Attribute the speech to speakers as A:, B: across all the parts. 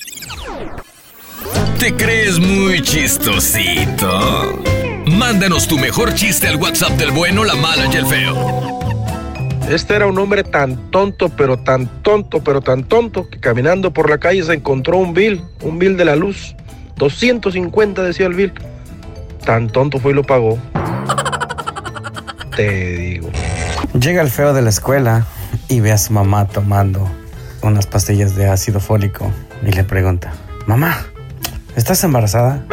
A: ¿Te crees muy chistosito? Mándanos tu mejor chiste al WhatsApp del bueno, la mala y el feo.
B: Este era un hombre tan tonto, pero tan tonto, pero tan tonto, que caminando por la calle se encontró un bill, un bill de la luz. 250 decía el bill. Tan tonto fue y lo pagó. Te digo.
C: Llega el feo de la escuela y ve a su mamá tomando unas pastillas de ácido fólico y le pregunta, mamá, ¿estás embarazada?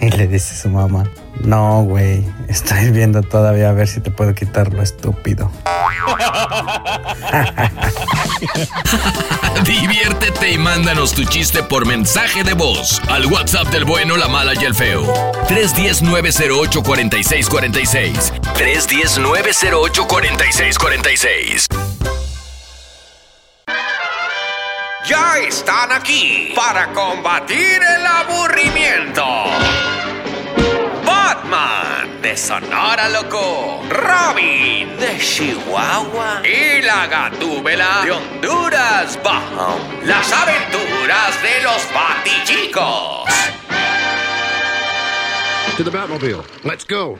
C: Y le dice su mamá, no, güey, estoy viendo todavía a ver si te puedo quitar lo estúpido.
A: Diviértete y mándanos tu chiste por mensaje de voz al WhatsApp del bueno, la mala y el feo. 310-908-4646. 310-908-4646.
D: Ya están aquí para combatir el aburrimiento. Batman de Sonora Loco, Robin de Chihuahua y la Gatúbela de Honduras Bajo. Las aventuras de los patichicos.
E: To the Batmobile. Let's go.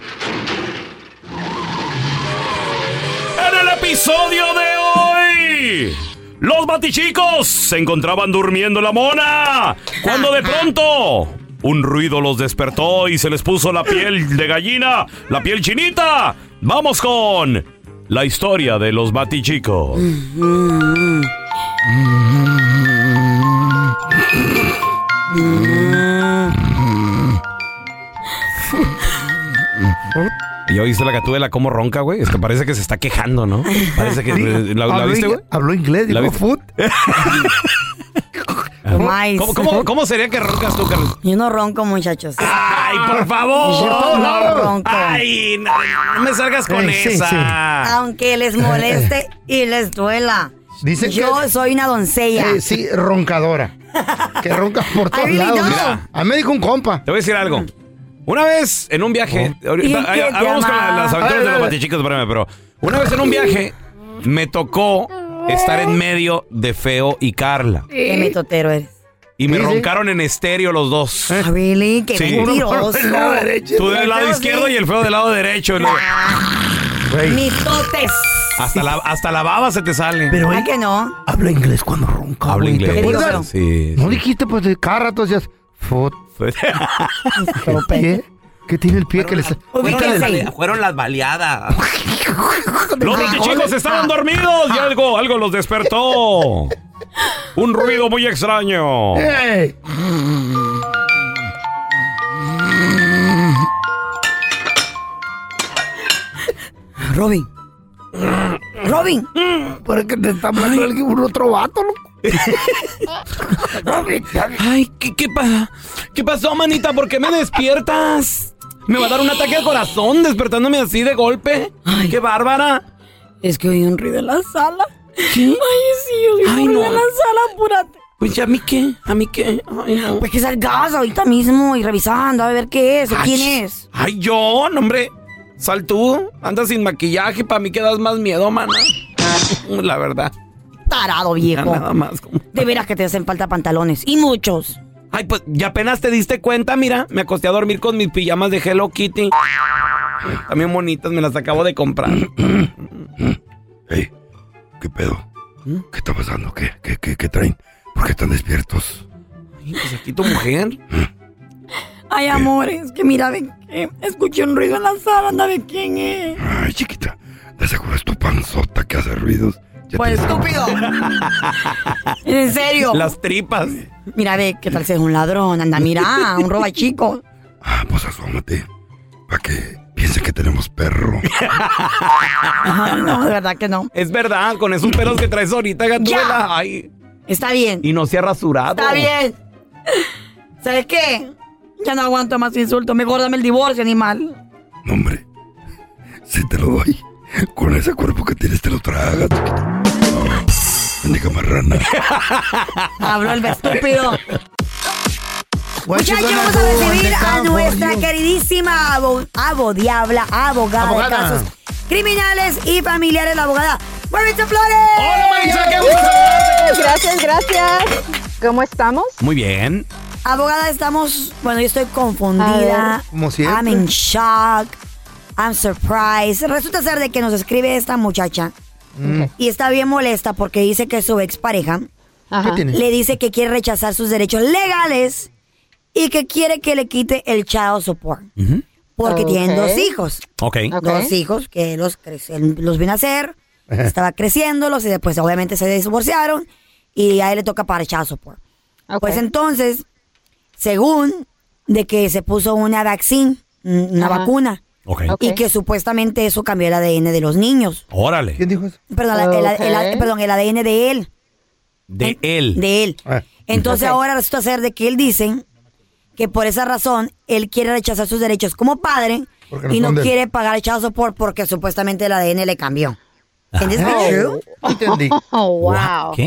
F: En el episodio de hoy, los batichicos se encontraban durmiendo la mona cuando de pronto un ruido los despertó y se les puso la piel de gallina, la piel chinita. Vamos con la historia de los batichicos. ¿Ya oíste la gatuela cómo ronca, güey? Es que parece que se está quejando, ¿no? Parece que... ¿La, la
G: Habló
F: viste,
G: ingle-
F: güey?
G: Habló inglés,
F: ¿La
G: dijo
F: viste?
G: food.
H: Nice.
F: ¿Cómo, cómo, cómo sería que roncas tú, Carlos?
H: Yo no ronco, muchachos.
F: ¡Ay, por favor!
H: Yo no ronco.
F: ¡Ay, no, no me salgas con
G: Eh, sí,
F: esa!
G: sí.
H: Aunque les moleste y les duela.
G: Dice
H: yo
G: que-
H: soy una doncella.
G: Eh, sí, roncadora. Que ronca por todos
H: Ay,
G: lados.
H: no.
G: Mira, a mí me dijo un compa.
F: Te voy a decir algo. Una vez en un viaje, ahorita,
H: ¿Y
F: ay,
H: qué
F: ay, vamos con la-
H: llama?
F: las aventuras
G: Ay,
F: de los
G: ay,
F: batichicos, espérame, pero una vez en un viaje me tocó estar en medio de Feo y Carla
H: Qué metotero eres.
F: y me
G: Sí, Eh. sí.
F: roncaron en estéreo los dos.
H: Ah, Really, qué
F: Eh. Sí.
H: mentiroso.
F: Tú del lado
H: Feo,
F: izquierdo
H: sí.
F: y el Feo del lado derecho. y luego-
G: Güey,
H: Mitotes.
F: Hasta la, hasta la baba se te sale.
G: pero
H: ¿Ay
G: él
H: que no?
G: habla inglés cuando ronca.
F: Habla
G: güey, ¿te
F: inglés.
H: digo,
G: acuerdas?
H: pero-
F: Sí.
G: No dijiste, pues, de cada rato decías, foot, el pie. ¿Qué tiene el pie que le está-
H: Ubíquense.
F: las baleadas. Los batichicos estaban dormidos y algo, algo los despertó. Un ruido muy extraño.
G: ¡Ey!
H: Robin. Robin.
G: Para que te está hablando alguien, un otro vato, loco.
F: Ay, ¿qué, qué, pa- ¿qué pasó, manita? ¿Por qué me despiertas? Me va a dar un ataque al corazón despertándome así de golpe. Ay, qué bárbara.
H: Es que oí un ruido en la sala. Ay, sí, yo
F: Ay,
H: Ay,
F: no.
H: en la sala, apúrate.
F: Pues ya, ¿a mí qué? ¿A mí qué? Ay, no.
H: Pues que salgas ahorita mismo y revisando a ver qué es o quién es.
F: Ay, yo, no, hombre. Sal tú. Andas sin maquillaje. Para mí que das más miedo, mana. La verdad.
H: Tarado
F: Ya
H: viejo.
F: nada más.
H: De veras que te hacen falta pantalones. Y muchos.
F: Ay, pues ya apenas te diste cuenta, mira. Me acosté a dormir con mis pijamas de Hello Kitty. También bonitas, me las acabo de comprar.
C: Hey, ¿qué pedo?
F: ¿Mm?
C: ¿Qué está pasando? ¿Qué, qué, qué, qué traen? ¿Por qué están despiertos?
F: Ay, pues aquí tu mujer.
H: Ay, amor, es que mira, ve que escuché un ruido en la sala, anda, ve quién es.
C: Ay, chiquita, de seguro es tu panzota que hace ruidos.
H: Pues estúpido. en serio.
F: Las tripas.
H: Mira, ve qué tal si es un ladrón, anda, mira, un roba chico.
C: Ah, pues asómate. Para que piense que tenemos perro.
H: Ay, no, de verdad que no.
F: Es verdad, con esos pelos que traes ahorita,
H: Ya.
F: gatuela. Ay,
H: Está bien,
F: y no se ha rasurado.
H: está bien. ¿Sabes qué? Ya no aguanto más insultos, mejor dame el divorcio, animal.
C: No, hombre. Si te lo doy, con ese cuerpo que tienes te lo tragas, chiquita. No, bendiga marrana.
H: Habló el estúpido.
F: Pues,
H: Muchachos,
G: Guachicona,
H: vamos a recibir
G: ¿dónde
H: a
G: está
H: nuestra
G: Julio?
H: queridísima abo, abo- diabla, abogada,
G: Abogada.
H: de casos criminales y familiares, la abogada Maritza Flores.
F: Hola, Marisa, qué gusto saludarte. ¿Cómo estás?
I: Gracias, gracias. ¿Cómo estamos?
F: Muy bien.
H: Abogada, estamos, bueno, yo estoy confundida.
G: Como siempre.
H: I'm in shock. I'm surprised. Resulta ser de que nos escribe esta muchacha
G: Mm.
H: y está bien molesta porque dice que su expareja
G: ¿Qué tiene?
H: le dice que quiere rechazar sus derechos legales y que quiere que le quite el child support. Porque tienen
I: Ok.
H: dos hijos.
F: Ok.
I: Ok.
H: Dos hijos que los, crece- los vino a hacer, estaba creciéndolos y después obviamente se divorciaron y a él le toca para el child support.
I: Ok.
H: Pues entonces, según de que se puso una vaccine, mm, una
I: Ajá.
H: vacuna,
F: Ok.
I: Ok.
H: y que supuestamente eso cambió el ADN de los niños.
F: Órale.
G: ¿Quién dijo eso?
H: Perdón, la- el, el-
I: Ok.
H: perdón, el ADN de él.
F: De él.
H: De él.
G: Ah.
H: Entonces
I: Ok.
H: ahora resulta ser de que él dice que por esa razón él quiere rechazar sus derechos como padre
G: Porque no
H: y
G: son
H: no
G: de él.
H: quiere pagar el child support porque supuestamente el ADN le cambió.
G: Ah.
H: ¿Can this be true?
G: Entendí.
I: Oh,
F: Guau,
I: wow.
F: ¿Qué?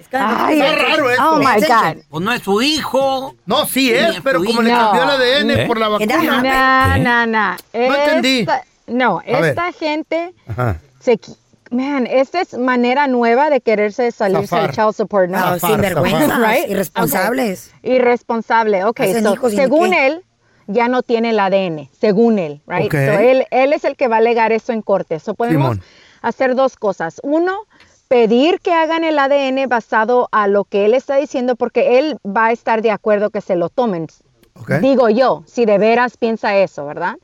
H: It's kinda
I: Ay,
H: confusing.
G: raro esto.
I: Oh, my God.
F: Pues no es su hijo.
G: No, sí es, pero como le
I: No.
G: cambió el ADN
F: ¿Eh?
G: por la
H: ¿Qué tal?
G: vacuna.
C: Ah,
I: No,
F: ¿Qué?
I: no, no.
G: No entendí.
I: Esta- No,
G: ver.
I: esta gente
G: Ajá.
I: se... qui- Man, esta es manera nueva de quererse salirse
G: Zafar.
I: del child support, ¿no?
H: Ah,
G: Zafar,
H: sinvergüenzas,
I: zafar. Right?
H: irresponsables.
I: Irresponsable. Ok,
H: Hacen
I: so,
H: hijos y ni
I: según
H: qué.
I: él, ya no tiene el ADN, según él, right?
G: Ok.
I: So, él, él es el que va a alegar eso en corte. So, podemos
G: Simón.
I: hacer dos cosas. Uno, pedir que hagan el ADN basado a lo que él está diciendo, porque él va a estar de acuerdo que se lo tomen.
G: Ok.
I: Digo yo, si de veras piensa eso, ¿verdad?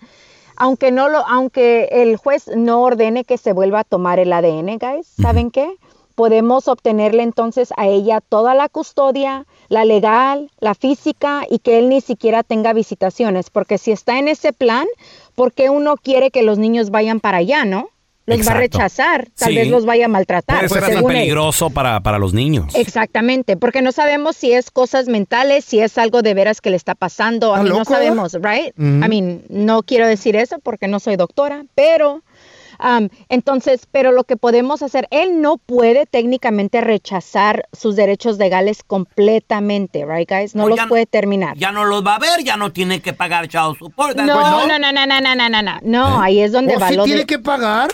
I: Aunque no lo, aunque el juez no ordene que se vuelva a tomar el ADN, guys, ¿saben qué? Podemos obtenerle entonces a ella toda la custodia, la legal, la física y que él ni siquiera tenga visitaciones, porque si está en ese plan, ¿por qué uno quiere que los niños vayan para allá, no? Los va a
F: Exacto.
I: rechazar, tal
F: Sí.
I: vez los vaya a maltratar. pues,
F: Por eso era tan
I: según él.
F: peligroso para, para los niños.
I: Exactamente, porque no sabemos si es cosas mentales, si es algo de veras que le está pasando. A
G: Está
I: mí no
G: loco, ¿eh?
I: sabemos, right?
G: Ujú.
I: I mean, no quiero decir eso porque no soy doctora, pero um, entonces, pero lo que podemos hacer, él no puede técnicamente rechazar sus derechos legales completamente, right, guys? No,
F: No,
I: los
F: ya no-
I: puede terminar.
F: no los va a ver, ya no tiene que pagar child support.
I: no, no, no, no, no, no, no, no, no, no, ahí es donde
G: Eh. ¿O
I: va
G: sí
I: lo de-
G: tiene que pagar?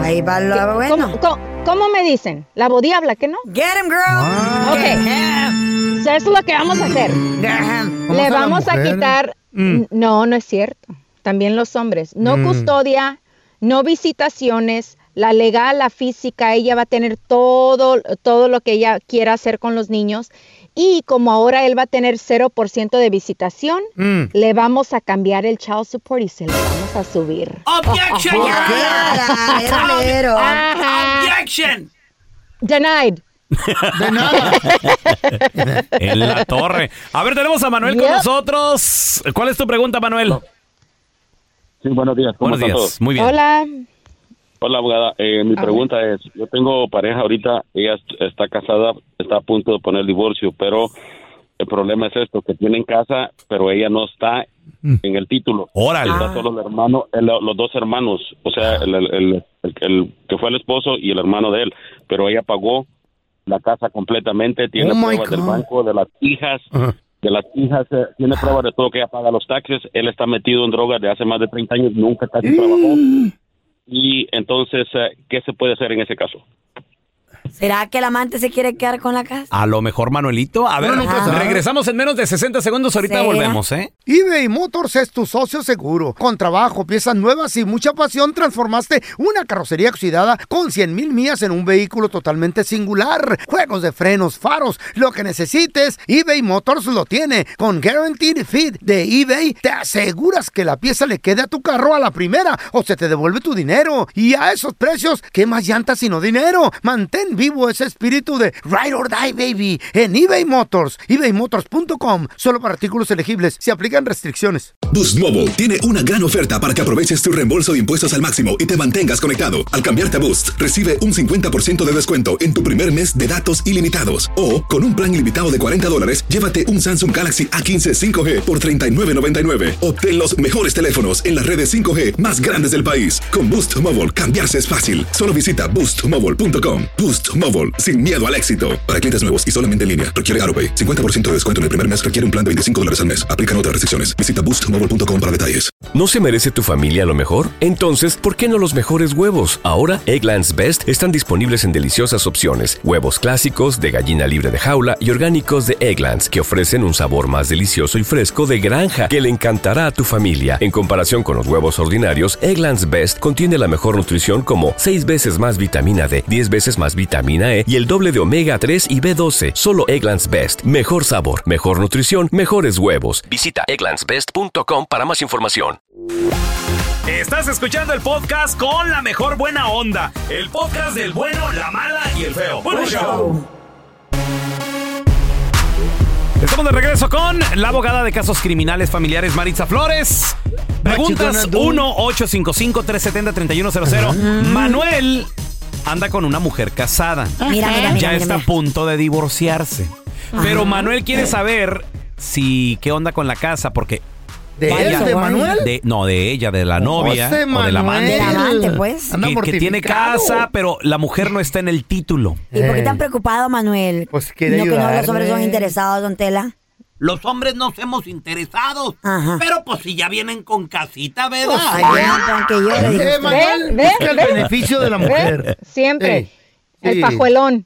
H: Ahí va lo bueno.
I: ¿Cómo, cómo, cómo me dicen? La bodiabla, ¿que no?
H: Get him, girl.
G: Ah.
H: Get
I: Ok.
H: him.
I: Eso es lo que vamos a hacer.
H: Get him.
G: Vamos a
I: Le
G: la
I: vamos a
G: mujer.
I: quitar. No, no es cierto. También los hombres. No custodia, no visitaciones. La legal, la física, ella va a tener todo, todo lo que ella quiera hacer con los niños. Y como ahora él va a tener 0% de visitación,
G: Mm.
I: le vamos a cambiar el child support y se lo vamos a subir.
F: Objection,
H: Ya, ya, ya, rolero.
I: Ah.
F: objection.
I: Denied.
G: De nada.
F: En la torre. A ver, tenemos a Manuel con
I: Yep.
F: nosotros. ¿Cuál es tu pregunta, Manuel?
J: Sí, buenos días. ¿Cómo
F: Buenos
J: están
F: días.
J: todos?
F: Muy bien.
I: Hola.
J: Hola, abogada. Eh, mi pregunta es, yo tengo pareja ahorita, ella est- está casada, está a punto de poner divorcio, pero el problema es esto, que tienen casa, pero ella no está en el título.
E: Órale.
I: Ah.
H: Ah.
J: Está solo el hermano, el- los dos hermanos, o sea, el, el- el- el- el que fue el esposo y el hermano de él, pero ella pagó la casa completamente, tiene
K: Oh, my
J: pruebas del
K: God.
J: banco, de las hijas, de las hijas, eh, tiene pruebas de todo que ella paga los taxes, él está metido en drogas de hace más de 30 años, nunca casi trabajó. Y entonces, eh, ¿qué se puede hacer en ese caso?
H: ¿Será que el amante se quiere quedar con la casa?
F: A lo mejor Manuelito. A ver,
H: nunca sabe.
F: regresamos en menos de 60 segundos. Ahorita
G: ¿Será?
F: volvemos, ¿eh?
G: eBay Motors es tu socio seguro. Con trabajo, piezas nuevas y mucha pasión, transformaste una carrocería oxidada con 100 mil millas en un vehículo totalmente singular. Juegos de frenos, faros, lo que necesites, eBay Motors lo tiene. Con Guaranteed Fit de eBay, te aseguras que la pieza le quede a tu carro a la primera o se te devuelve tu dinero. Y a esos precios, ¿qué más llantas sino dinero? Mantén vivo ese espíritu de Ride or Die, baby, en eBay Motors. ebaymotors.com, solo para artículos elegibles, se aplican restricciones.
L: Boost Mobile tiene una gran oferta para que aproveches tu reembolso de impuestos al máximo y te mantengas conectado. Al cambiarte a Boost, recibe un 50% de descuento en tu primer mes de datos ilimitados. O, con un plan ilimitado de 40 dólares, llévate un Samsung Galaxy A15 5G por $39.99. Obtén los mejores teléfonos en las redes 5G más grandes del país. Con Boost Mobile, cambiarse es fácil. Solo visita boostmobile.com. Boost Mobile, sin miedo al éxito. Para clientes nuevos y solamente en línea, requiere AroPay. 50% de descuento en el primer mes requiere un plan de 25 dólares al mes. Aplican otras restricciones. Visita boostmobile.com para detalles.
A: ¿No se merece tu familia lo mejor? Entonces, ¿por qué no los mejores huevos? Ahora, Egglands Best están disponibles en deliciosas opciones. Huevos clásicos, de gallina libre de jaula y orgánicos de Egglands, que ofrecen un sabor más delicioso y fresco de granja que le encantará a tu familia. En comparación con los huevos ordinarios, Egglands Best contiene la mejor nutrición como 6 veces más vitamina D, 10 veces más vitamina E y el doble de omega 3 y B12. Solo Egglands Best. Mejor sabor, mejor nutrición, mejores huevos. Visita egglandsbest.com para más información.
E: Estás escuchando el podcast con la mejor buena onda. El podcast del bueno, la mala y el feo. Bueno, show.
F: Estamos de regreso con la abogada de casos criminales familiares, Maritza Flores. Preguntas
E: What you gonna
F: 1-855-370-3100. Manuel anda con una mujer casada.
H: Mira, mira, mira,
F: Ya
H: mira,
F: está
H: mira.
F: a punto de divorciarse.
H: Ajá.
F: Pero Manuel quiere saber si qué onda con la casa, porque.
G: ¿De él, de Manuel?
F: de- no, de ella, de la novia
G: Ese
F: o de la amante.
H: Del amante, pues.
F: Que- que, tiene casa, pero la mujer no está en el título.
H: ¿Y por qué tan preocupado, Manuel? Pues
F: quiere
H: No, que no los hombres son
F: ayudarme.
H: interesados, don Tela.
M: Los hombres nos hemos interesado. Pero pues si ya vienen con casita, ¿verdad?
H: Pues, ahí vienen con que yo le
I: Eh, Manuel,
M: ¿Ve?
I: busca el ¿Ve?
M: beneficio
I: de la mujer. Siempre. El pajuelón.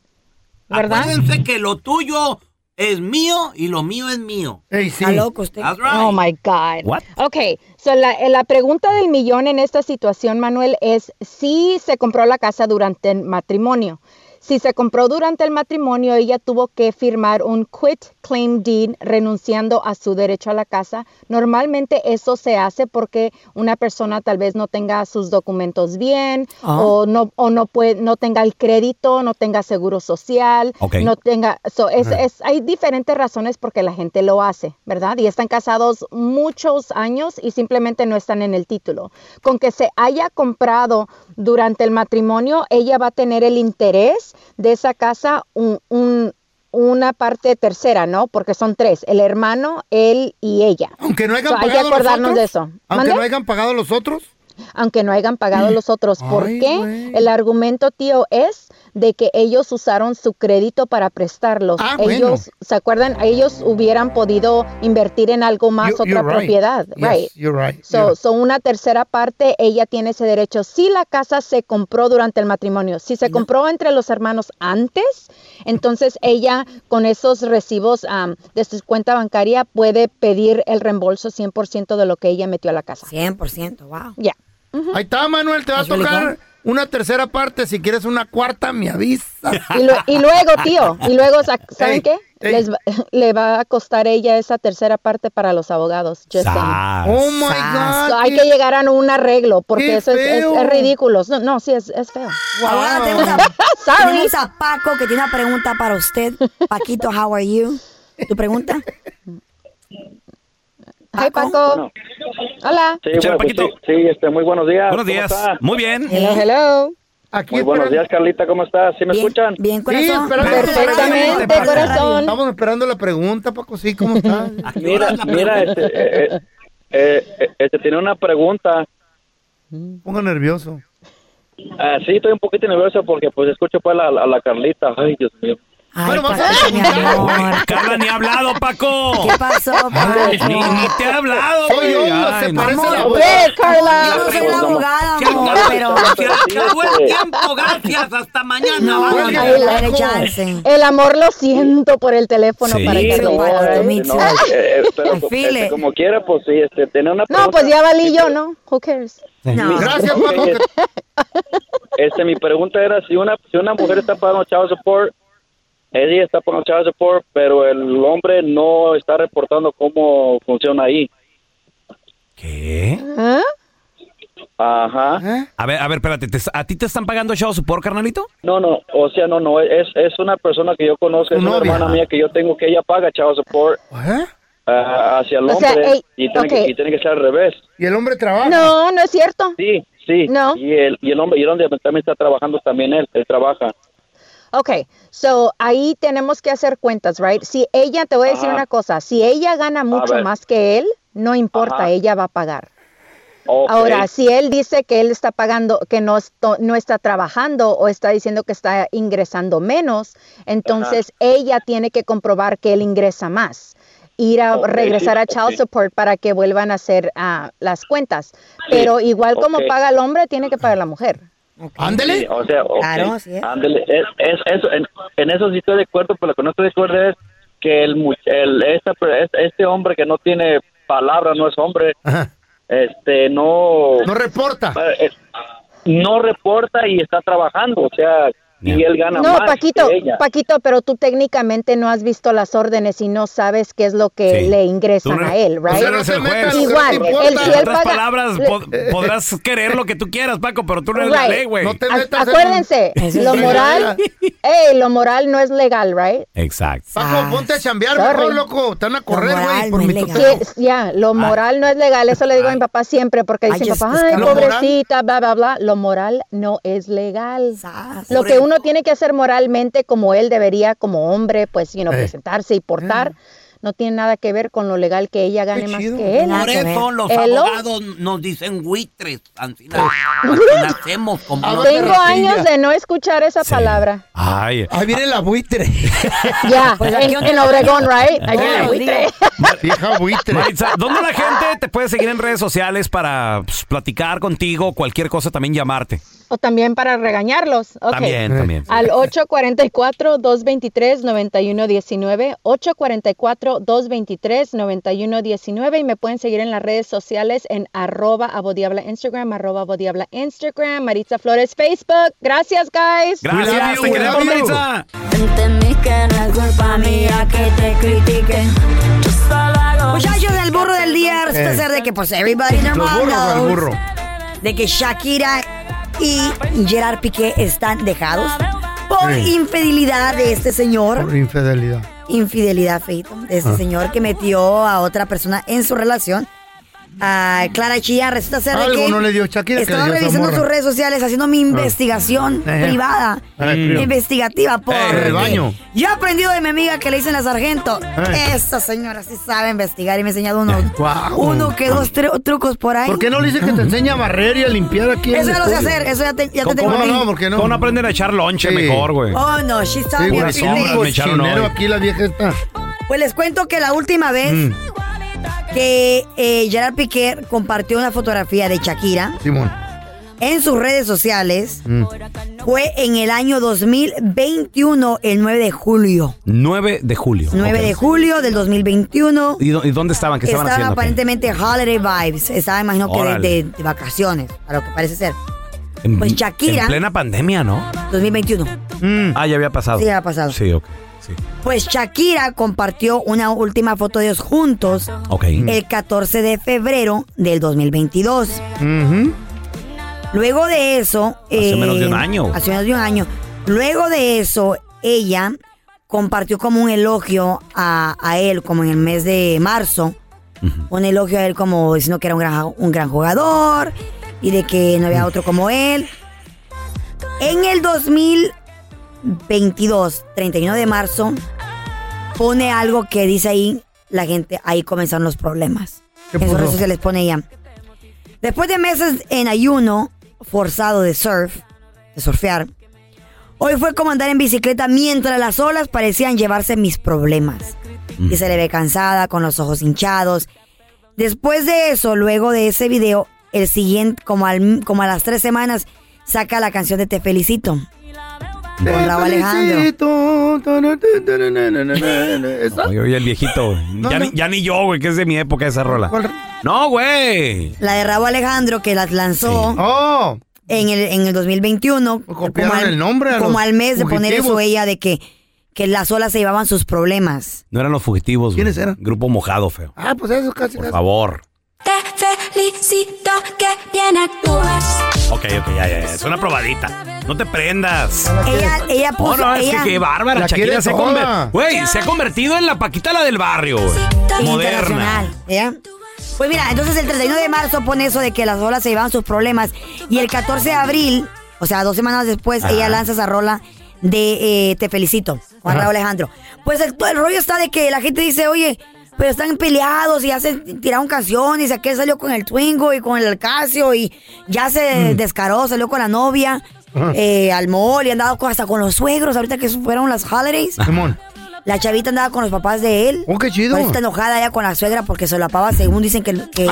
I: ¿Verdad?
M: Acuérdense que lo tuyo es mío y lo mío es mío.
I: Está loco
H: usted.
M: That's right.
I: Oh my God.
M: What?
I: Ok, so la, la pregunta del millón en esta situación, Manuel, es si se compró la casa durante el matrimonio. Si se compró durante el matrimonio, ella tuvo que firmar un quit claim deed renunciando a su derecho a la casa. Normalmente eso se hace porque una persona tal vez no tenga sus documentos bien
N: Ah.
I: o no o no puede no tenga el crédito, no tenga seguro social,
N: Ok.
I: no tenga, so, es-
N: Ajá.
I: es- hay diferentes razones porque la gente lo hace, ¿verdad? Y están casados muchos años y simplemente no están en el título. Con que se haya comprado durante el matrimonio, ella va a tener el interés de esa casa un- un- una parte tercera, ¿no? Porque son tres, el hermano, él y ella.
G: Aunque no hayan
I: So, hay que
G: pagado los
I: acordarnos
G: otros,
I: de eso.
G: Aunque
I: ¿Mande?
G: no hayan pagado los otros.
I: aunque no hayan pagado los otros. ¿Por
G: Ay,
I: qué? El argumento, tío, es de que ellos usaron su crédito para prestarlos.
N: Ah,
I: ellos,
N: bueno.
I: ¿se acuerdan? Ellos hubieran podido invertir en algo más,
N: You-
I: otra
N: you're right.
I: propiedad.
N: Yes,
I: right.
N: you're right,
I: So,
N: you're right.
I: so una tercera parte, ella tiene ese derecho. Si la casa se compró durante el matrimonio, si se compró entre los hermanos antes, entonces ella con esos recibos am, de su cuenta bancaria puede pedir el reembolso 100% de lo que ella metió a la casa.
H: 100%, wow.
I: Ya.
G: Ahí está, Manuel, te va a
I: Azul
G: tocar
I: igual.
G: una tercera parte. Si quieres una cuarta, me avisa.
I: Y, lo- y luego, tío, y luego, sa- ¿saben
G: Ey,
I: qué? Les va- le va a costar ella esa tercera parte para los abogados. just saying.
G: Sas. Oh, my God,
I: Sas. So, hay
G: qué-
I: que llegar a un arreglo
G: qué
I: porque eso es, es-
G: feo.
I: es ridículo. No, no, sí, es, es feo.
H: Ahora tenemos a, tenemos a Paco que tiene una pregunta para usted. Paquito, how are you? ¿Tu pregunta?
I: Hi, Paco. Hola.
K: Sí, bueno, pues, sí, sí, este, muy buenos días.
E: Buenos días. Muy bien.
I: Hello, hello.
K: muy buenos días, Carlita, ¿cómo estás? ¿Sí me escuchan?
H: Bien,
G: Sí, espérate,
I: Perfectamente,
G: espérate, espérate.
I: corazón.
G: Estamos esperando la pregunta, Paco. Sí, ¿cómo estás?
K: Mira, mira, este, eh, eh, eh, eh, este, tiene una pregunta.
G: Pongo nervioso.
K: Ah, sí, estoy un poquito nervioso porque pues escucho pues a la, a la Carlita. Ay, Dios mío.
E: Carla ni ha hablado, Paco.
H: ¿Qué pasó,
E: Ay, ni, ni te ha hablado,
G: Soy yo, se parece la voz.
I: Ve, Carla.
M: Yo no soy la abogada, amor, pero... Se acabó el tiempo, gracias, hasta mañana.
I: No,
M: bye.
I: no, no, no. El amor lo siento por el teléfono para que lo
K: Ay,
I: guardes.
K: no, eh, eh, pero, pues,
I: Desfile.
K: este, como quiera, pues sí, este, tiene una pregunta.
I: No, pues ya valí yo, ¿no? Who cares?
K: Mi- Este, Este, mi pregunta era si una si una mujer está pagando child support, ella está pagando child support, pero el hombre no está reportando cómo funciona ahí.
I: ¿Ah?
K: Ajá.
G: ¿Eh?
E: A ver, a ver, espérate. ¿te- ¿A ti te están pagando show support, carnalito?
K: No, no, o sea, no, no, es, es una persona que yo conozco, es una hermana mía que yo tengo que ella paga child support
G: ¿Eh?
K: ah, hacia el
I: O
K: hombre
I: sea, ey,
K: y, tiene
I: ok.
K: que, y tiene que ser al revés.
G: ¿Y el hombre trabaja?
I: No, no es cierto.
K: Sí, sí.
I: No.
K: Y, el, y el hombre y el hombre también está trabajando también él, él trabaja.
I: Ok, so ahí tenemos que hacer cuentas, right? Si ella, te voy a decir
K: Ajá.
I: una cosa, si ella gana mucho
K: ver.
I: más que él, no importa,
K: Ajá.
I: ella va a pagar.
K: Ok.
I: Ahora, si él dice que él está pagando, que no, esto- no está trabajando o está diciendo que está ingresando menos, entonces ella tiene que comprobar que él ingresa más. Ir a
K: Oh.
N: Ok,
I: regresar a child
N: ok.
I: support para que vuelvan a hacer ah, las cuentas. Pero igual como
K: ok.
I: paga el hombre, tiene que pagar la mujer.
K: Ándele. o sea, ok,
I: Claro, sí es.
K: ándele. Es, es- eso, en, en eso sí estoy de acuerdo, pero lo que no estoy de acuerdo es que el, mu- el esta, per- es- este hombre que no tiene palabra, no es hombre, este, no... eh,
G: No reporta.
K: no reporta y está trabajando, o sea, y él gana
I: No,
K: más
I: Paquito,
K: que ella.
I: Paquito, pero tú técnicamente no has visto las órdenes y no sabes qué es lo que
E: Sí.
I: le ingresan
E: Tú no-
I: a él,
E: tú no
I: right?
E: eres el juez.
I: Igual,
E: No te
I: él,
E: importa.
I: si
E: En
I: él
E: otras
I: paga-
E: palabras,
I: le-
E: pod- podrás querer lo que tú quieras, Paco, pero tú no eres la
I: Right.
E: ley, güey.
I: Ac- Acuérdense,
G: Pues
I: lo moral, ey, Eh, lo moral no es legal, right?
E: Exacto.
G: Paco, ponte a chambear,
I: Sorry.
G: mejor, loco. Te van a correr, güey, por mi
I: Que- Ya, lo moral no es legal, eso le digo a mi papá siempre, porque
G: Ay,
I: dice
G: just-
I: papá,
G: es
I: ay,
G: que- Lo moral-
I: pobrecita, bla, bla, bla. Lo moral no es legal. Lo que uno tiene que hacer moralmente, como él debería, como hombre, pues, you know,
M: Eh.
I: presentarse y portar, no tiene nada que ver con lo legal que ella gane más que él.
M: Por eso los
I: Hello.
M: abogados nos dicen buitres. Así la, así la hacemos como no
I: Tengo años de no escuchar esa palabra.
E: Ay.
G: Ahí viene la buitre.
I: Ya,
G: Pues aquí
I: en,
G: donde-
I: en Obregón, right? Ahí viene
G: Eh,
I: el buitre.
G: Vieja buitre.
E: Maritza, ¿dónde la gente te puede seguir en redes sociales para pues, platicar contigo, cualquier cosa, también llamarte?
I: O también para regañarlos. Ok.
E: También,
G: Eh.
E: también.
I: Al 844-223-9119. 844-223-9119. Y me pueden seguir en las redes sociales en arroba abodiabla Instagram, arroba abodiabla Instagram, Maritza Flores Facebook. Gracias, guys.
E: Gracias, te queremos, Maritza.
N: Entendí que no es culpa mía que te critiquen. Yo solo hago
H: Muchachos, el burro del día resulta
N: Eh.
H: ser de que pues everybody
N: Los
H: normal
N: burros del
H: knows
N: burro.
H: de que Shakira y Gerard Piqué están dejados por
G: Eh.
H: infidelidad de este señor.
G: Por infidelidad.
H: Infidelidad, Feito, de este
G: Ah.
H: señor que metió a otra persona en su relación. A Clara Chía resulta ser de
G: Algo
H: que
G: no le dio Shakira que le
H: estaba
G: dio esa
H: revisando
G: morra. Ah.
H: sus redes sociales haciendo mi investigación
G: Eh.
H: privada,
G: Ay, frío.
H: investigativa por
G: rebaño.
H: yo he aprendido de mi amiga que le dicen la sargento.
G: Eh.
H: Esta señora sí sabe investigar y me ha enseñado unos,
G: Guau.
H: uno que dos tru- trucos por ahí.
G: ¿Por qué no le dice que te enseña a barrer y a limpiar aquí? en
H: Eso
G: el
H: ya lo sé
G: estudio?
H: hacer, eso ya te, ya te
G: ¿Cómo-
H: tengo
G: cómo
H: aquí.
G: no? ¿Por qué no?
E: ¿Cómo no aprenden a echar lonche
G: Sí.
E: mejor, güey?
H: Oh, no, she's
G: Sí,
H: talking
G: güey,
H: about
G: sí, me echaron hoy. aquí la vieja está.
H: Pues les cuento que la última vez
E: Mm.
H: que eh, Gerard Piqué compartió una fotografía de Shakira
G: Simón.
H: en sus redes sociales
E: Mm.
H: fue en el año 2021, el 9 de julio.
E: 9 de julio.
H: 9
E: Ok.
H: de julio del 2021.
E: ¿Y, dó- y dónde estaban? ¿Qué estaban,
H: estaban
E: haciendo? ¿Qué?
H: aparentemente holiday vibes. Estaba, imagino que de,
E: Órale.
H: de- de vacaciones, a lo que parece ser.
E: En-
H: Pues Shakira.
E: En plena pandemia, ¿no?
H: 2021.
G: Mm.
E: Ah, ya había pasado.
H: Sí, ya había pasado.
E: Sí, ok.
H: Pues Shakira compartió una última foto de ellos juntos
E: Ok.
H: el 14 de febrero del 2022. Luego de eso... eh,
E: Hace menos de un año.
H: Hace menos de un año. Luego de eso, ella compartió como un elogio a, a él, como en el mes de marzo, un elogio a él como diciendo que era un gran, un gran jugador y de que no había otro como él. En el 2022, 31 de marzo, pone algo que dice ahí la gente, ahí comenzaron los problemas. En sus
N: puso?
H: redes sociales pone ella. Después de meses en ayuno forzado de surf, de surfear, hoy fue como andar en bicicleta mientras las olas parecían llevarse mis problemas. Y se le ve cansada, con los ojos hinchados. Después de eso, luego de ese video, el siguiente, como, al- como a las tres semanas, saca la canción de Te Felicito. Con Raúl Alejandro.
G: Alejandro.
F: Oye, oye, el viejito. ya, Ni, ya ni yo, güey, que es de mi época esa rola. No, güey.
H: La de Raúl Alejandro que las lanzó
G: Oh.
H: en, el, en el 2021.
G: Ah. copiaron el nombre a
H: Como
G: los
H: al mes de poner eso
G: fugitivos.
H: ella de que, que las olas se llevaban sus problemas.
F: No eran los fugitivos. ¿Quiénes eran? Grupo mojado, feo.
G: Ah, pues eso casi.
F: Por favor.
N: Te felicito que bien actúas.
F: Ok, ok, ya, ya, ya. Es una probadita. No te prendas.
H: Ella, ella puso.
N: Pues,
F: No, no, es
H: ella-
F: que qué bárbara. Shakira se, ha conver- güey, se ha convertido en la Paquita la del barrio, güey. Moderna.
H: Internacional, ¿ya? Pues mira, entonces el 31 de marzo pone eso de que las olas se llevaban sus problemas. Y el 14 de abril, o sea, dos semanas después,
N: Ajá.
H: ella lanza esa rola de eh, Te Felicito, Juan
N: Ajá.
H: Raúl Alejandro. Pues el, el rollo está de que la gente dice, oye, pero están peleados y ya se tiraron canciones. Aquel salió con el Twingo y con el Casio y ya se
N: Mm.
H: descaró, salió con la novia
N: Ajá.
H: eh, al mall y andaba con- hasta con los suegros. Ahorita que fueron las holidays.
N: Ah.
H: La chavita andaba con los papás de él. Oh, qué chido. está enojada ya con la suegra porque solapaba, según dicen que. que-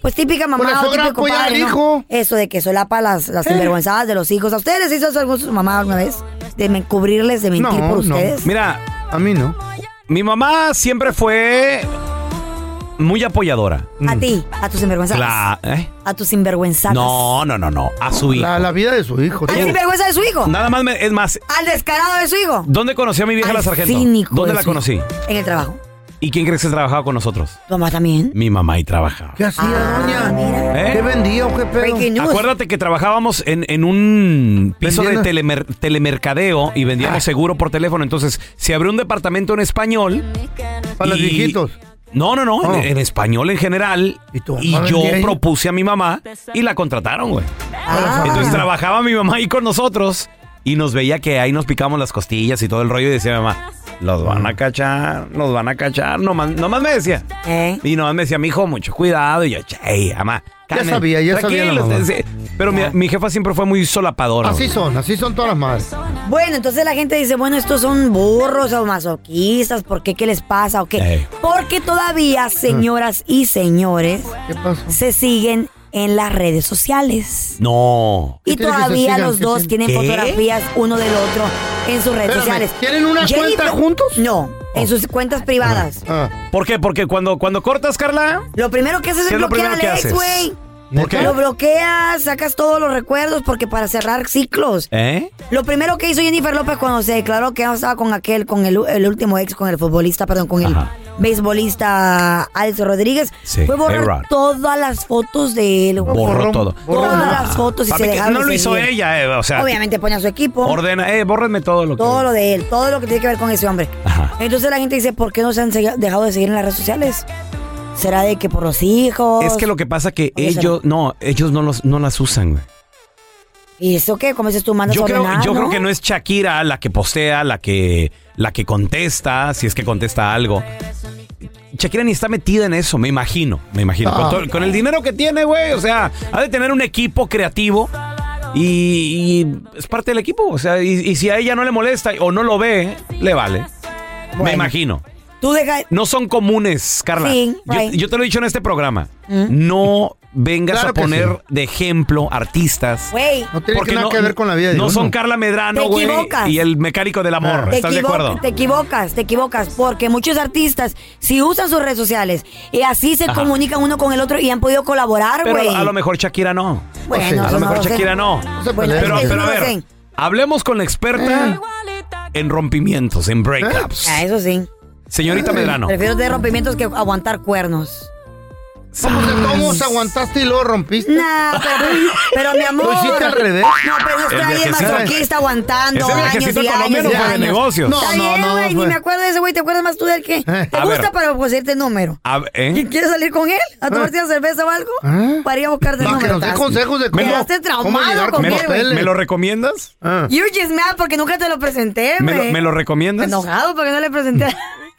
H: Pues típica mamá
N: Pues Ah. la
H: o
N: suegra
H: típico
N: apoya
H: padre,
N: al
H: ¿no? Eso de que solapa las, las
N: Eh.
H: sinvergüenzadas de los hijos. ¿A ustedes les hizo eso algún su mamá alguna vez? De men- cubrirles, de mentir por ustedes.
F: Mira,
G: a mí no.
F: Mi mamá siempre fue muy apoyadora.
H: A ti, a tus sinvergüenzadas.
F: La, ¿eh?
H: A tus sinvergüenzadas.
F: No, no, no, no. A su hijo.
G: La, la vida de su hijo.
H: ¿Al sinvergüenza de su hijo?
F: Nada más, me- es más,
H: ¿Al descarado de su hijo?
F: ¿dónde conocí a mi vieja la sargento?
H: cínico
F: ¿Dónde
H: de
F: la
H: su hijo.
F: conocí?
H: En el trabajo.
F: ¿Y quién crees que trabajaba con nosotros?
H: ¿Tu mamá también?
F: Mi mamá y trabajaba.
G: ¿Qué hacía,
H: Ah.
G: doña?
F: ¿Eh?
G: ¿Qué vendía o qué pedo?
F: Acuérdate que trabajábamos en, en un piso
G: Vendiendo. Ah.
F: de telemer- telemercadeo y vendíamos seguro por teléfono. Entonces, se abrió un departamento en español.
G: Para los
F: y-
G: viejitos.
F: No, no, no.
G: Oh.
F: En, en español en general. Y,
G: mamá
F: yo
G: vendía ahí?
F: propuse a mi mamá y la contrataron, güey.
H: Ah.
G: Ah.
F: Entonces trabajaba mi mamá ahí con nosotros y nos veía que ahí nos picamos las costillas y todo el rollo y decía mi mamá, los van a cachar, los van a cachar, nomás, nomás me decía.
H: Eh.
F: Y nomás me decía, mi hijo, mucho cuidado. Y yo, hey, mamá.
G: Ya
F: calmen,
G: sabía, ya sabía la
F: tranquilos".
G: mamá.
F: Sí, Pero mi, mi jefa siempre fue muy solapadora.
G: Así
F: güey.
G: son, así son todas las madres.
H: Bueno, entonces la gente dice, bueno, estos son burros o masoquistas, ¿por qué? ¿Qué les pasa o qué?
N: Ey.
H: Porque
F: Mm.
H: todavía, señoras y señores, se siguen en las redes sociales.
F: No.
H: Y todavía los dos tienen
F: ¿Qué?
H: fotografías uno del otro en sus redes
F: Espérame,
H: sociales.
G: ¿tienen una cuenta
H: juntos? No, en sus cuentas privadas.
G: Ah,
F: ¿Por qué? Porque cuando, cuando cortas, Carla...
H: Lo primero que haces
F: ¿Qué
H: es
F: es lo
H: bloquear
F: primero que
H: al ex,
F: haces?
H: güey.
F: ¿Por qué?
H: Lo bloqueas, sacas todos los recuerdos porque para cerrar ciclos.
F: ¿Eh?
H: Lo primero que hizo Jennifer López cuando se declaró que no estaba con aquel, con el, el último ex, con el futbolista, perdón, con el beisbolista Alex Rodríguez,
F: Sí,
H: fue borrar
F: A-Rod.
H: todas las fotos de él. güey.
F: Borró todo.
H: Todas
F: Ah.
H: las fotos y
F: Papi,
H: se
F: que
H: dejaron
F: No
H: de
F: lo hizo
H: seguir.
F: ella, eh, o sea...
H: Obviamente pone a su equipo.
F: Ordena, eh, bórrenme todo lo que...
H: todo lo de él, todo lo que tiene que ver con ese hombre. Entonces la gente dice, ¿por qué no se han segui- dejado de seguir en las redes sociales? ¿Será de que por los hijos?
F: Es que lo que pasa que
H: Oye, será-
F: ellos, no, ellos no, los, no las usan, güey.
H: ¿Y eso qué? ¿Cómo dices tú? Mandas
F: Yo, creo,
H: ordenar,
F: yo
H: ¿no?
F: creo que no es Shakira la que postea, la que, la que contesta, si es que contesta algo. Shakira ni está metida en eso, me imagino, me imagino.
G: Ah.
F: Con, todo- con el dinero que tiene, güey, o sea, ha de tener un equipo creativo y, y es parte del equipo. O sea, y, y si a ella no le molesta o no lo ve, le vale. Me imagino.
H: Tú deja...
F: No son comunes, Carla.
H: Sí,
F: yo,
H: right.
F: yo te lo he dicho en este programa.
H: Mm.
F: No vengas
G: Claro
F: a
G: que
F: poner de ejemplo artistas.
H: Güey.
G: No tiene que nada que ver con la vida de
F: No
G: uno.
F: son Carla Medrano,
H: Te
F: güey.
H: equivocas.
F: Y el mecánico del amor.
H: Te,
F: ¿Estás de
H: equivo-
F: acuerdo?
H: te equivocas, te equivocas, porque muchos artistas si usan sus redes sociales y así se
F: Ajá.
H: comunican uno con el otro y han podido colaborar,
F: Pero a
H: güey.
F: lo- a lo mejor Shakira no.
H: Bueno,
F: a
H: eso
F: lo
H: no
F: mejor
H: lo sé.
F: Shakira no.
H: Bueno, eso
F: pero
H: no
F: pero a
H: lo
F: ver,
H: sé.
F: hablemos con la experta en rompimientos, en breakups.
H: Ah, eso sí.
F: Señorita Medrano.
H: Prefiero de rompimientos que aguantar cuernos.
G: ¿Cómo, te- cómo se aguantaste y luego rompiste?
H: Nah, pero, pero, mi amor.
G: Lo hiciste al revés.
H: No, pero eso está
G: El
H: bien
G: viajecito-
H: masoquista aguantando
G: Ese
H: años
G: viajecito
H: y años
G: colombiano
H: y
G: fue de
H: años.
G: negocios. No,
H: Está
G: no,
H: bien,
G: no,
H: güey, ni
G: fue-
H: me acuerdo de ese güey. ¿Te acuerdas más tú del que te
F: Eh, A
H: gusta
F: ver.
H: para conseguirte número?
F: A ver, ¿eh?
H: ¿Qui- ¿Quieres salir con él? ¿A tomarte una cerveza o algo? Para ir a buscarte número. Estás- Quedaste traumado con
F: ¿Me,
H: él, güey.
F: lo- ¿Me lo recomiendas?
G: Ah,
H: You're just mad porque nunca te lo presenté,
F: ¿Me, lo,
H: güey.
F: me lo recomiendas?
H: Enojado porque no le presenté.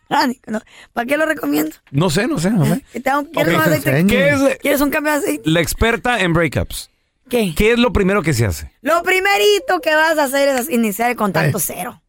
H: Ah, ni- no. ¿Para qué lo recomiendo?
F: No sé, no sé. a ver.
H: ¿Quieres, un- ¿quieres
F: Ok.
H: un aceite?
F: ¿Qué es-
H: ¿Quieres un cambio de aceite?
F: La experta en breakups.
H: ¿Qué?
F: ¿Qué es lo primero que se hace?
H: Lo primerito que vas a hacer es iniciar el contacto cero.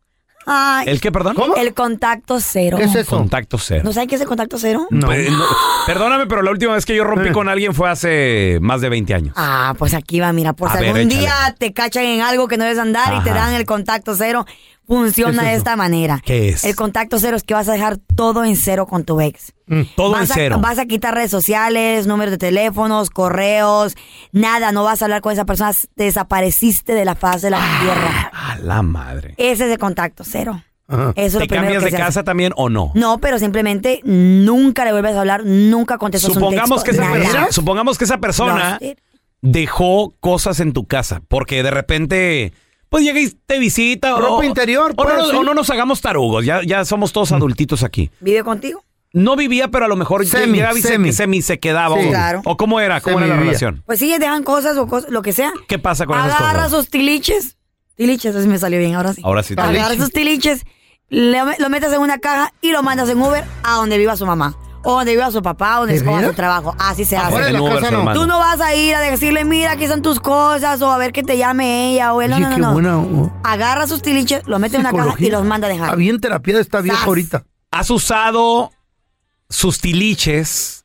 H: Ay,
F: Eh. ¿El qué, perdón?
H: El contacto cero.
F: Contacto cero.
H: ¿No saben qué es el contacto cero?
F: Pues, no, Perdóname, pero la última vez que yo
H: Eh.
F: rompí con alguien fue hace más de 20 años.
H: Ah, pues aquí va, mira, por
F: A
H: si
F: ver,
H: algún
F: échale.
H: día te cachan en algo que no debes andar y te
F: Ajá.
H: dan el contacto cero,
F: ¿Qué
H: funciona
F: es
H: de
F: eso?
H: esta manera.
F: ¿Qué es?
H: El contacto cero es que vas a dejar todo en cero con tu ex.
F: Todo
H: vas
F: en cero.
H: A, vas a quitar redes sociales, números de teléfonos, correos, nada, no vas a hablar con esa persona, te desapareciste de la faz de la
F: Ah.
H: tierra.
F: A la madre.
H: Ese es el contacto cero.
G: Ah,
H: Eso es lo
F: ¿Te
H: primero
F: cambias
H: que
F: de
H: se
F: casa también o no?
H: No, pero simplemente nunca le vuelves a hablar, nunca contestas
F: Supongamos
H: un texto.
F: que, esa
H: nada.
F: persona, supongamos que esa persona
H: Lost it.
F: dejó cosas en tu casa porque de repente pues llega y te visita o,
H: Ropa interior,
F: o,
H: pues,
F: no, nos-
H: sí. Mm.
F: o no nos hagamos tarugos, ya, ya somos todos adultitos aquí.
H: ¿Vive contigo?
F: No vivía, pero a lo mejor
H: Semi,
F: llegaba y se-
H: semi.
F: Se, se quedaba.
H: Sí.
F: o,
H: Claro.
F: o cómo era, cómo era la relación.
H: Pues sí, dejan cosas o cosas, lo que sea.
F: ¿Qué pasa con esas
H: Agarra
F: cosas?
H: sus tiliches. Tiliches, así me salió bien, ahora sí.
F: Ahora sí te
H: Agarra
F: dije.
H: sus tiliches, le- lo metes en una caja y lo mandas en Uber a donde viva su mamá. O donde viva su papá, o donde
F: ¿De
H: escoja su
F: veras?
H: trabajo. Así se hace.
F: Afuera de la En Uber, casa su Ah, no. hermano.
H: Tú no vas a ir a decirle, mira, aquí están tus cosas, o a ver que te llame ella, o él. No, no, no, no.
G: oh,
H: Agarra sus tiliches, lo mete en una caja y
F: Psicología.
H: los manda a dejar.
F: Está bien terapia esta vieja ahorita. Has usado sus tiliches.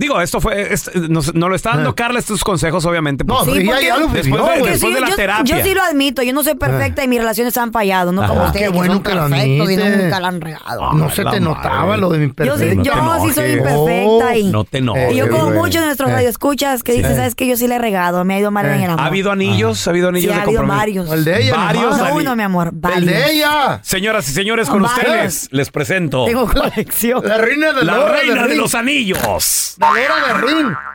F: Digo, esto fue. es- nos, nos lo está dando Carla estos consejos, obviamente.
H: No,
F: pues,
H: pero ya- ya lo
F: después de,
H: vivió, güey.
F: después de
H: Sí,
F: la
H: yo,
F: terapia.
H: Yo sí lo admito, yo no soy perfecta y mis relaciones han fallado, no como
F: Ajá.
H: ustedes
F: Qué
H: que
F: bueno
H: son
F: que lo
H: perfectos y
F: admites.
H: nunca la han regado.
G: No se te notaba lo de mi
H: Yo,
G: imperfecta.
H: sí, yo sí soy
G: Oh,
H: imperfecta y,
F: no te enojes,
H: y yo como
F: güey.
H: muchos de nuestros
F: Eh.
H: radioescuchas que
F: Sí.
H: dicen,
F: Eh.
H: ¿sabes qué? Yo sí le he regado, me ha ido mal en el amor.
F: ¿Ha habido anillos? ¿Ha habido anillos
H: sí,
F: de
H: ha habido
F: compromiso?
H: varios.
F: Varios
H: No
F: anillos.
H: uno, mi amor,
G: Oh,
H: varios.
F: Señoras y señores, con
H: Varios.
F: ustedes les presento
H: Tengo colección.
G: La reina de
F: la
G: la hora de
F: reina de,
G: Rin.
F: los anillos.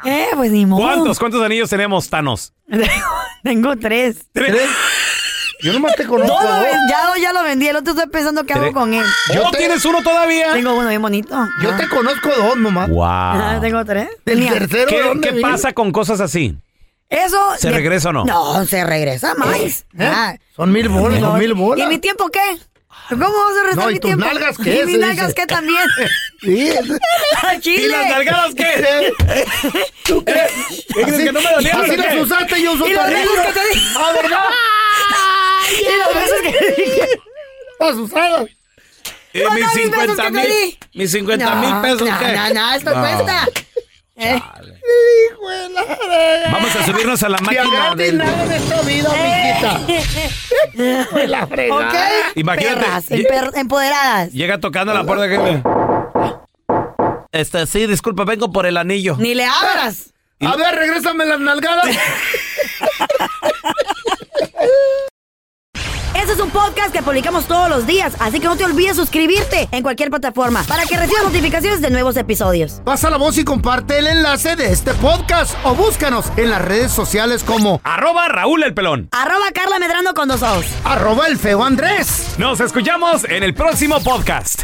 H: Eh, pues ni modo.
F: ¿Cuántos, cuántos anillos tenemos, Thanos?
H: Tengo tres.
F: ¿Tres?
G: Yo nomás te
H: Dos
G: conozco.
H: lo ven- ya, dos ya lo vendí, el otro estoy pensando qué hago
G: Tres.
H: con él.
G: Yo ¿Oh, te- tienes uno todavía?
H: Tengo uno bien bonito.
G: Yo te conozco dos nomás.
H: Ah,
F: Wow.
H: tengo tres.
G: El
H: Mira.
G: tercero, ¿de
F: ¿Qué,
G: dónde
F: qué
G: viene?
F: pasa con cosas así?
H: Eso.
F: ¿Se
H: de-
F: regresa o no?
H: No, se regresa
G: Eh,
H: más. Ah.
G: Son mil bolas, son mil bolas.
H: ¿Y mi tiempo qué? ¿Cómo vas a restar
G: No, ¿y
H: mi
G: tus
H: tiempo?
G: nalgas qué?
H: ¿Y mis
G: Se
H: nalgas
G: dice.
H: qué también?
G: Sí.
H: ¡Al chile!
G: ¿Y las nalgadas qué? ¿Tú crees?
H: crees
G: Así-
H: que no me dolieron
G: Así
H: o qué?
G: las usaste, yo uso
H: ¿Y las
G: tornillos.
H: veces que te dije?
G: Ah, ¿verdad?
H: ¿Y las veces que te dije?
G: Las usadas.
F: Eh,
H: mis 50 mil-
F: mis
H: No, no, No, no, esto
F: No.
H: cuesta. Eh.
F: Vamos a subirnos a la máquina.
G: Viagra
F: del-
G: ni nada de esta vida,
H: Eh.
G: mijita. Fue la fregada.
F: Imagínate.
H: Perras, emper- empoderadas.
F: Llega tocando a la puerta que. Este, sí, disculpa, vengo por el anillo.
H: Ni le abras.
G: A ver, regrésame las nalgadas.
H: Este es un podcast que publicamos todos los días, así que no te olvides suscribirte en cualquier plataforma para que recibas notificaciones de nuevos episodios.
G: Pasa la voz y comparte el enlace de este podcast o búscanos en las redes sociales como
F: Arroba Raúl el pelón.
H: Arroba Carla Medrano con dos ojos.
G: arroba el feo Andrés.
F: Nos escuchamos en el próximo podcast.